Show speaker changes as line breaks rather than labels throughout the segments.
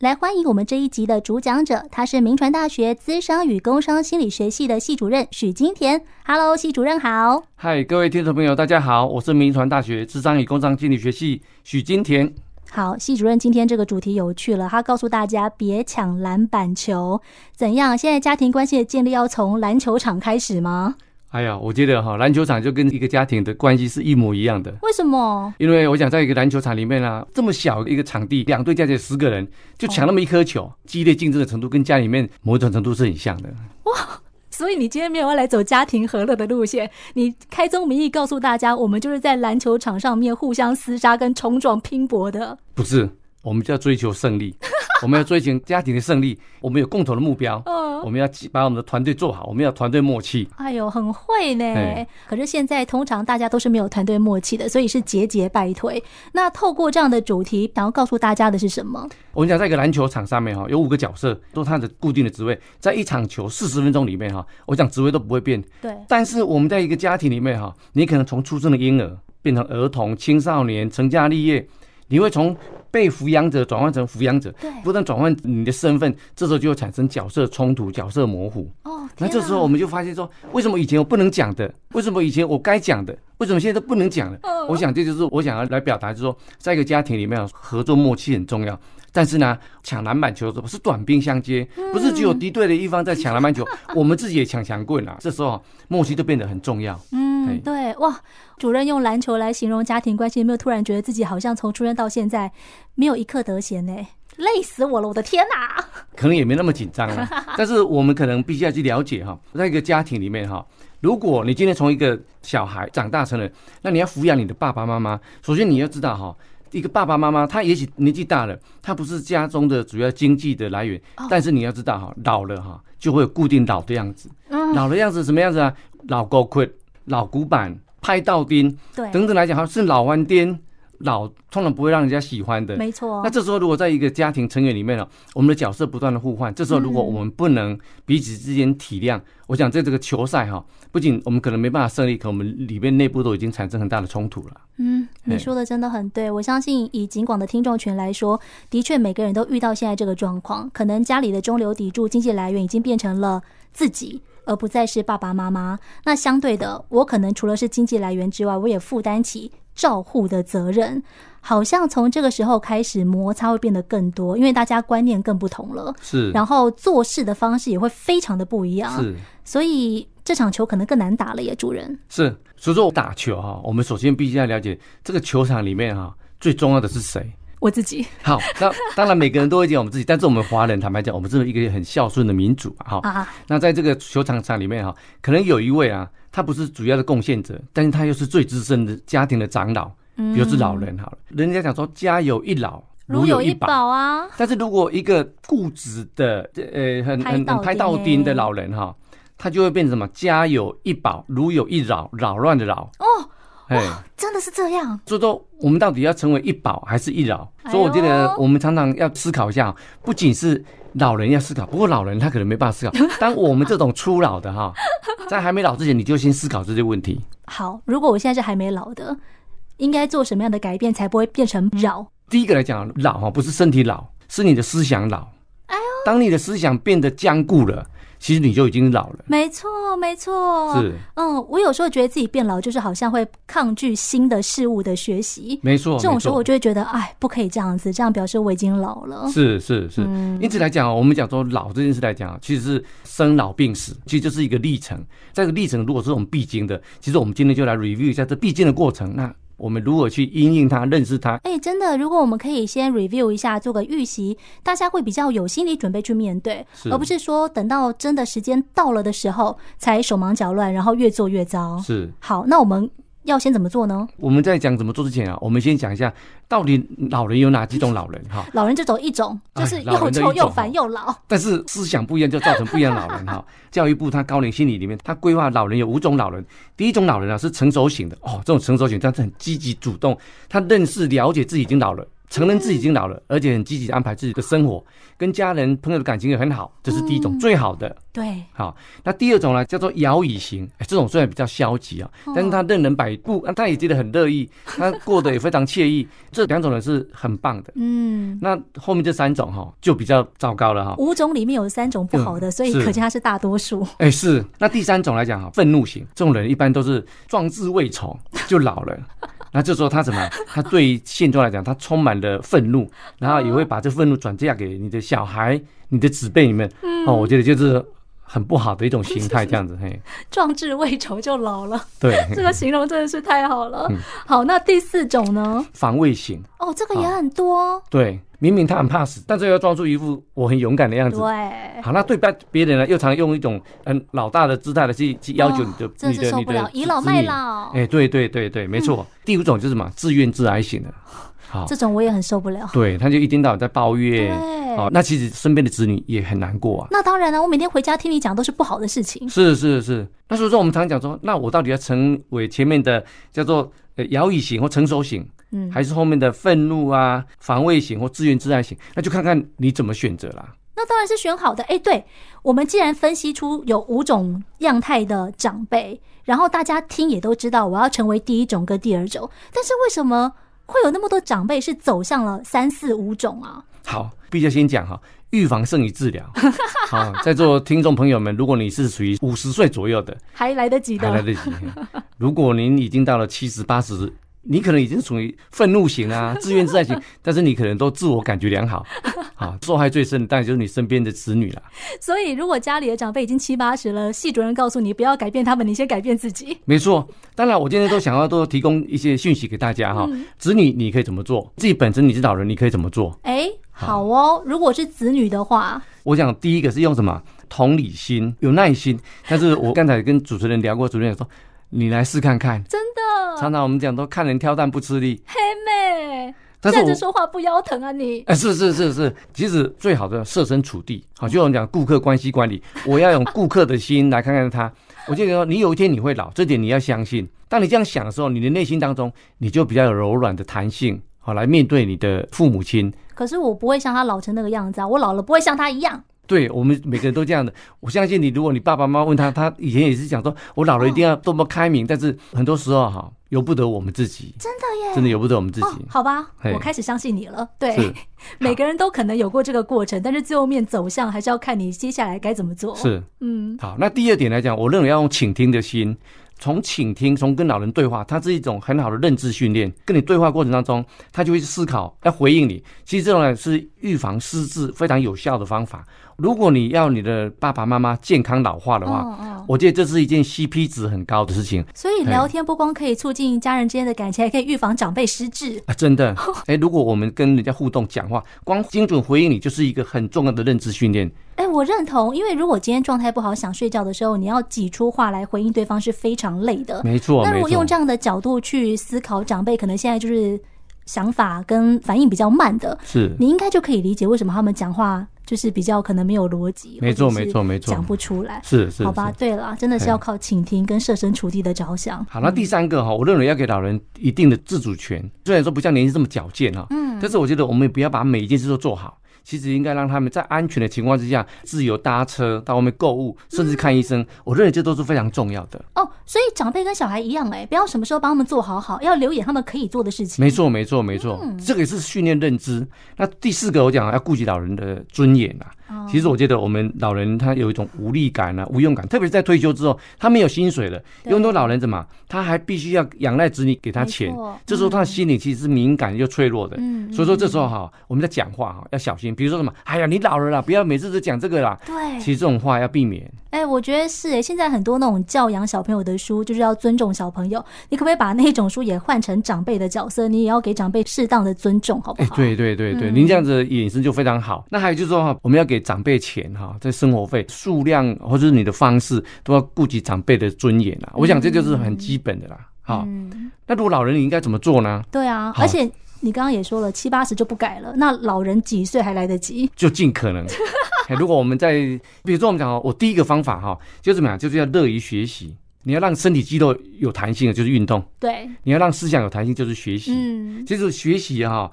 来欢迎我们这一集的主讲者，他是明传大学资商与工商心理学系的系主任许金田。Hello，系主任好。
嗨，各位听众朋友，大家好，我是明传大学智商与工商心理学系许金田。
好，系主任今天这个主题有趣了，他告诉大家别抢篮板球，怎样？现在家庭关系的建立要从篮球场开始吗？
哎呀，我觉得哈、篮球场就跟一个家庭的关系是一模一样的。
为什么？
因为我想在一个篮球场里面啊，这么小一个场地，两队加起来十个人，就抢那么一颗球，激烈竞争的程度跟家里面某种程度是很像的。
所以你今天没有要来走家庭和乐的路线，你开宗明义告诉大家，我们就是在篮球场上面互相厮杀跟冲撞拼搏的。
不是，我们就要追求胜利，我们要追求家庭的胜利，我们有共同的目标，
嗯，
我们要把我们的团队做好，我们要团队默契。
哎呦， 很会呢。
哎
可是现在通常大家都是没有团队默契的，所以是节节败退。那透过这样的主题，想要告诉大家的是什么？
我们讲在一个篮球场上面哈，有五个角色，都是他的固定的职位，在一场球四十分钟里面哈，我讲职位都不会变。
对，
但是我们在一个家庭里面哈，你可能从出生的婴儿变成儿童、青少年、成家立业，你会从被抚养者转换成抚养者，
对
不断转换你的身份，这时候就会产生角色冲突、角色模糊。
哦，
那
天
这
啊
时候我们就发现说，为什么以前我不能讲的，为什么以前我该讲的，为什么现在都不能讲了？
嗯
我想这就是我想要来表达，就是说，在一个家庭里面啊，合作默契很重要。但是呢，抢篮板球的时候是短兵相接，不是只有敌对的一方在抢篮板球，我们自己也抢抢棍啊。这时候啊默契就变得很重要。
嗯
哎，
对，哇，主任用篮球来形容家庭关系，有没有突然觉得自己好像从出生到现在没有一刻得闲呢？累死我了，我的天哪、
可能也没那么紧张了。 但是我们可能必须要去了解哈，在一个家庭里面哈，如果你今天从一个小孩长大成人，那你要抚养你的爸爸妈妈，首先你要知道哈。一个爸爸妈妈，他也许年纪大了，他不是家中的主要经济的来源，
哦
但是你要知道哈，老了哈就会有固定老的样子，
嗯
老的样子什么样子啊？老高棍、老古板、拍到钉
对，
等等来讲哈，是老弯颠，老通常不会让人家喜欢的。
没错
那，这时候，如果在一个家庭成员里面呢、哦我们的角色不断的互换，这时候如果
嗯
我们不能彼此之间体谅，我想在这个球赛哈、不仅我们可能没办法胜利，可我们里面内部都已经产生很大的冲突了。
嗯，你
哎
说的真的很对。我相信以景广的听众群来说，的确每个人都遇到现在这个状况，可能家里的中流砥柱、经济来源已经变成了自己。而不再是爸爸妈妈。那相对的，我可能除了是经济来源之外，我也负担起照护的责任。好像从这个时候开始，摩擦会变得更多，因为大家观念更不同了，
是
然后做事的方式也会非常的不一样。
是
所以这场球可能更难打了耶，主人。
是，所以说打球哈、我们首先必须要了解这个球场里面哈、最重要的是谁。
我自己
好，那当然每个人都会讲我们自己，但是我们华人坦白讲，我们是一个很孝顺的民族啊。哈、
啊，
那在这个球场上里面哈、可能有一位啊，他不是主要的贡献者，但是他又是最资深的家庭的长老，比如是老人好了，人家讲说家有一老，
嗯如有一
宝。
宝啊，
但是如果一个固执的，呃，很
拍
很
到
很
钉
拍到钉的老人哈、他就会变成什么？家有一宝，如有一扰，扰乱的扰。
哦，
哎，
真的是这样。
所以说我们到底要成为一宝还是一扰？所以我觉
哎
得
呦
我们常常要思考一下，不仅是老人要思考，不过老人他可能没办法 思考。当我们这种初老的哈，在还没老之前，你就先思考这些问题。
好，如果我现在是还没老的，应该做什么样的改变才不会变成扰？
第一个来讲，老哈不是身体老，是你的思想老。
哎
当你的思想变得坚固了，其实你就已经老了。
没错，没错。
是，
嗯，我有时候觉得自己变老，就是好像会抗拒新的事物的学习。
没错。
这种
哦没
时候，
错
我就会觉得，哎，不可以这样子，这样表示我已经老了。
是是是，因此来讲哦，我们讲说老这件事来讲啊，其实是生老病死，其实就是一个历程。这个历程如果是我们必经的，其实我们今天就来 review 一下这必经的过程。那我们如何去因应它、认识它？
哎，真的，如果我们可以先 review 一下，做个预习，大家会比较有心理准备去面对，
是
而不是说等到真的时间到了的时候才手忙脚乱，然后越做越糟。
是
好，那我们要先怎么做呢？
我们在讲怎么做之前啊，我们先讲一下到底老人有哪几种老人哈。
老人就走一种，
哎
就是
老
又
人的
臭
一
又
种
烦
哦
又老。
但是思想不一样，就造成不一样的老人哈。 教育部它高龄心理里面，它规划老人有五种老人。第一种老人啊是成熟型的哦，这种成熟型，但是很积极主动，他认识了解自己已经老了，承认自己已经老了，而且很积极的安排自己的生活，跟家人朋友的感情也很好，这是第一种
嗯
最好的。
对，
好，那第二种呢，叫做摇椅型，哎，这种虽然比较消极啊，但是他任人摆布，啊他也觉得很乐意，他过得也非常惬意。这两种人是很棒的。
嗯，
那后面这三种哈、就比较糟糕了哈、
五种里面有三种不好的，
啊嗯
所以
是
可见它是大多数。
哎，是。那第三种来讲哈，愤怒型这种人一般都是壮志未酬就老了。那这时候他怎么样？他对于现状来讲，他充满了愤怒，然后也会把这愤怒转嫁给你的小孩、你的子辈里面。
嗯
哦，我觉得就是很不好的一种心态，这样子。嘿，
壮志未酬就老了，
对，
这个形容真的是太好了。
嗯
好，那第四种呢？
防卫型，
哦，这个也很多，
对，明明他很怕死，但是又要装出一副我很勇敢啊的样子。
对，
好，那对别别人呢，又常用一种嗯老大的姿态来去去要求你的、
哦真
你
的是
的
受
你
不
的
了，以老
子
卖
女
老
哎、，对对对对，没错。
嗯
第五种就是什么自怨自艾型
哦
的，好，
这种我也很受不了。
对，他就一天到晚在抱怨，哦
对
好，那其实身边的子女也很难过啊。
那当然了，我每天回家听你讲都是不好的事情。
是是是，那所以说我们常讲说，那我到底要成为前面的叫做呃摇椅型或成熟型，
嗯，
还是后面的愤怒啊、防卫型或自怨自艾型？那就看看你怎么选择啦。
那当然是选好的。哎，对，我们既然分析出有五种样态的长辈，然后大家听也都知道，我要成为第一种跟第二种。但是为什么会有那么多长辈是走向了三四五种啊？
好，必须要先讲哈，预防胜于 治疗。好，在座听众朋友们，如果你是属于五十岁左右的，
还来得及
还来
的。
得及。如果您已经到了七十八十，你可能已经属于愤怒型啊、自怨自艾型，但是你可能都自我感觉良好。好，受害最深的当然就是你身边的子女了。
所以如果家里的长辈已经七八十了，系主任告诉你不要改变他们，你先改变自己。
没错，当然我今天都想要多提供一些讯息给大家哈、子女你可以怎么做？自己本身你是老人，你可以怎么做？
哎，好哦，如果是子女的话，
我想第一个是用什么同理心、有耐心。但是我刚才跟主持人聊过，主持人说你来试看看。
真的，
常常我们讲说看人挑担不吃力，
黑妹
但是
站
我
着说话不腰疼啊你。
哎，是是是是，其实最好的设身处地，好，就我们讲顾客关系管理，我要用顾客的心来看看他。我就说，你有一天你会老，这点你要相信。当你这样想的时候，你的内心当中，你就比较有柔软的弹性，好来面对你的父母亲。
可是我不会像他老成那个样子啊，我老了不会像他一样。
对我们每个人都这样的，我相信你。如果你爸爸妈妈问他，他以前也是讲说，我老了一定要多么开明，但是很多时候哈，由不得我们自己，
真的耶，
真的由不得我们自己。
哦，好吧，
嘿
我开始相信你了。对
是，
每个人都可能有过这个过程，但是最后面走向还是要看你接下来该怎么做。，
是，
嗯，
好，那第二点来讲，我认为要用倾听的心，从倾听，从跟老人对话，它是一种很好的认知训练。跟你对话过程当中，他就会思考，哎要回应你。其实这种呢是预防失智非常有效的方法。如果你要你的爸爸妈妈健康老化的话，
嗯嗯。
我觉得这是一件 CP 值很高的事情
所以聊天不光可以促进家人之间的感情，还可以预防长辈失智。
啊，真的。哎，如果我们跟人家互动讲话，光精准回应你就是一个很重要的认知训练。
哎，我认同，因为如果今天状态不好，想睡觉的时候，你要挤出话来回应对方是非常累的。
没错，
那
没
如果用
错
这。样的角度去思考，长辈可能现在就是想法跟反应比较慢的，
是，
你应该就可以理解为什么他们讲话就是比较可能没有逻辑，
没错
或者是
没错没错
讲不出来。
是是，
好吧，
是
对了，真的是
嘿
要靠倾听跟设身处地的着想。
好，那第三个哈，我认为要给老人一定的自主权。虽然说不像年轻这么矫健哈，嗯，但是我觉得我们也不要把每一件事都做好，其实应该让他们在安全的情况之下，自由搭车到外面购物，甚至看医
嗯
生。我认为这都是非常重要的。
哦，所以长辈跟小孩一样、哎，不要什么时候帮他们做好好，要留点他们可以做的事情。
没错，没错，没错，
嗯
这个也是训练认知。那第四个，我讲要顾及老人的尊严啊。
哦
其实我觉得我们老人他有一种无力感啊、无用感，特别是在退休之后，他没有薪水了，
对
有很多老人怎么，他还必须要仰赖子女给他钱
没错，
这时候他的心理其实是敏感又脆弱的。
嗯
所以说这时候哈，我们在讲话哈要小心，比如说什么，哎呀，你老了啦，不要每次都讲这个啦。
对，
其实这种话要避免。
哎、我觉得是哎、现在很多那种教养小朋友的书，就是要尊重小朋友。你可不可以把那种书也换成长辈的角色？你也要给长辈适当的尊重，好不
哎、
好？
对对对对，
嗯
您这样子引申就非常好。那还有就是说哈，我们要给长辈钱哈，在生活费数量或者是你的方式，都要顾及长辈的尊严啦。我想这就是很基本的啦。好，
嗯，
那如果老人你应该怎么做呢？
对啊，
好
而且你刚刚也说了，七八十就不改了，那老人几岁还来得及？
就尽可能。哎如果我们在，比如说我们讲哦，我第一个方法哈，就是怎么样，就是要乐于学习。你要让身体肌肉有弹性，就是运动；
对，
你要让思想有弹性，就是学习。
嗯，
其实学习哈、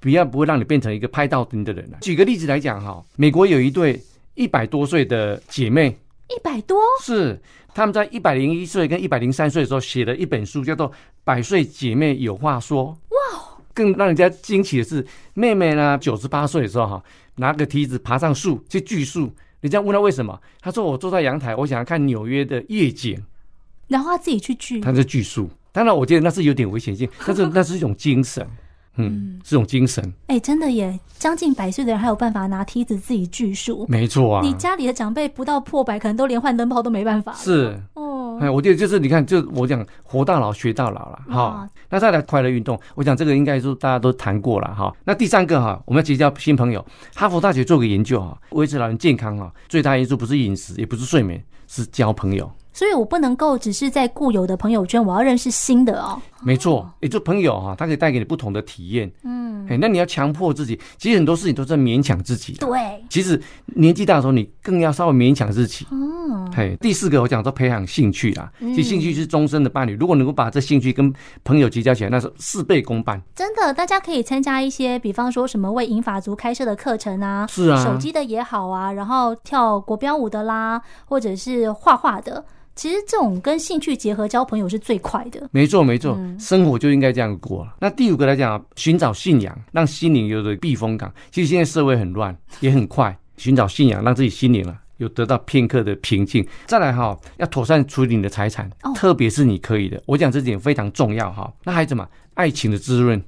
不要不会让你变成一个拍到钉的人啊。举个例子来讲哈，美国有一对一百多岁的姐妹，
一百多，
是他们在一百零一岁跟一百零三岁的时候写了一本书，叫做《百岁姐妹有话说》。哇！更让人家惊奇的是，妹妹呢九十八岁的时候哈，拿个梯子爬上树去锯树。人家问她为什么，她说我坐在阳台，我想要看纽约的夜景，
然后他自己去锯，
她在锯树。当然，我觉得那是有点危险性，但是那是一种精神，嗯，是一种精神，
哎、真的耶，将近百岁的人还有办法拿梯子自己锯树，
没错啊。
你家里的长辈不到破百，可能都连换灯泡都没办法。
是，
哦，
哎，我觉得就是你看，就我讲活到老学到老了哈
哇。
那再来快乐运动，我讲这个应该是大家都谈过了哈。那第三个哈，我们要结交新朋友。哈佛大学做个研究哈，维持老人健康哈，最大因素不是饮食，也不是睡眠，是交朋友。
所以我不能够只是在固有的朋友圈，我要认识新的哦。
没错，也就朋友哈，他可以带给你不同的体验。
嗯，
哎，那你要强迫自己，其实很多事情都在勉强自己。
对，
其实年纪大的时候，你更要稍微勉强自己。
嗯，
嘿，第四个我讲说培养兴趣啦，
嗯
其实兴趣是终身的伴侣。如果能够把这兴趣跟朋友结交起来，那是事倍功半。
真的，大家可以参加一些，比方说什么为银发族开设的课程啊，
是啊
手机的也好啊，然后跳国标舞的啦，或者是画画的。其实这种跟兴趣结合交朋友是最快的。嗯
没错，没错，生活就应该这样过了。那第五个来讲，寻找信仰，让心灵有了避风港。其实现在社会很乱，也很快，寻找信仰，让自己心灵啊有得到片刻的平静。再来哈、要妥善处理你的财产，
哦
特别是你可以的，我讲这点非常重要哈、那孩子嘛，爱情的滋润。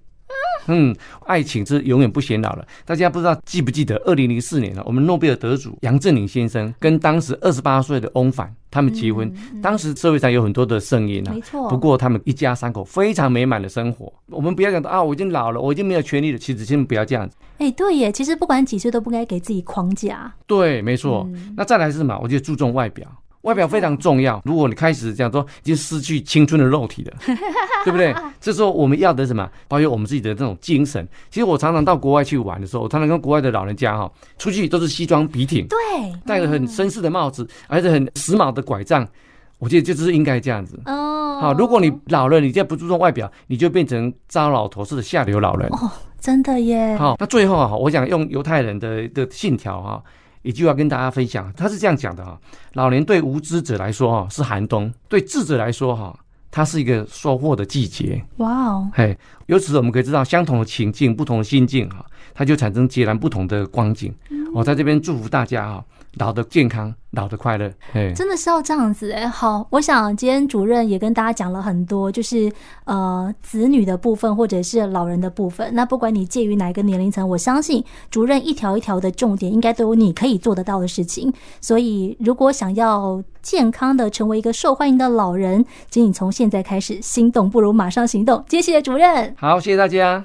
嗯，爱情是永远不显老了。大家不知道记不记得，二零零四年呢，啊我们诺贝尔得主杨振宁先生跟当时二十八岁的翁帆他们结
嗯
婚，当时社会上有很多的声音啊，
没错，
不过他们一家三口非常美满的生活。我们不要讲到啊，我已经老了，我已经没有权利了。其实先不要这样子。
哎、对耶，其实不管几岁都不该给自己框架。
对，没错。那再来是什么？我觉得注重外表，外表非常重要。如果你开始讲说已经失去青春的肉体了，对不对？这时候我们要的是什么？保有我们自己的这种精神。其实我常常到国外去玩的时候，我常常跟国外的老人家哈、出去都是西装笔挺，
对，
戴着很绅士的帽子，而且很时髦的拐杖。我觉得这就是应该这样子。
哦，
好，如果你老了，你再不注重外表，你就变成糟老头式的下流老人。
哦真的耶，
好，那最后啊，我想用犹太人的的信条啊，一句话跟大家分享，他是这样讲的啊：老年对无知者来说啊是寒冬，对智者来说哈、它是一个收获的季节。
哇哦，
嘿，由此我们可以知道，相同的情境、不同的心境哈、它就产生截然不同的光景。
嗯
我、在这边祝福大家哈、老的健康，老的快乐。嘿，
真的是要这样子哎。好，我想今天主任也跟大家讲了很多，就是呃子女的部分或者是老人的部分。那不管你介于哪一个年龄层，我相信主任一条一条的重点应该都有你可以做得到的事情。所以如果想要健康的成为一个受欢迎的老人，请你从现在开始心动，不如马上行动。今天谢谢主任。
好，谢谢大家。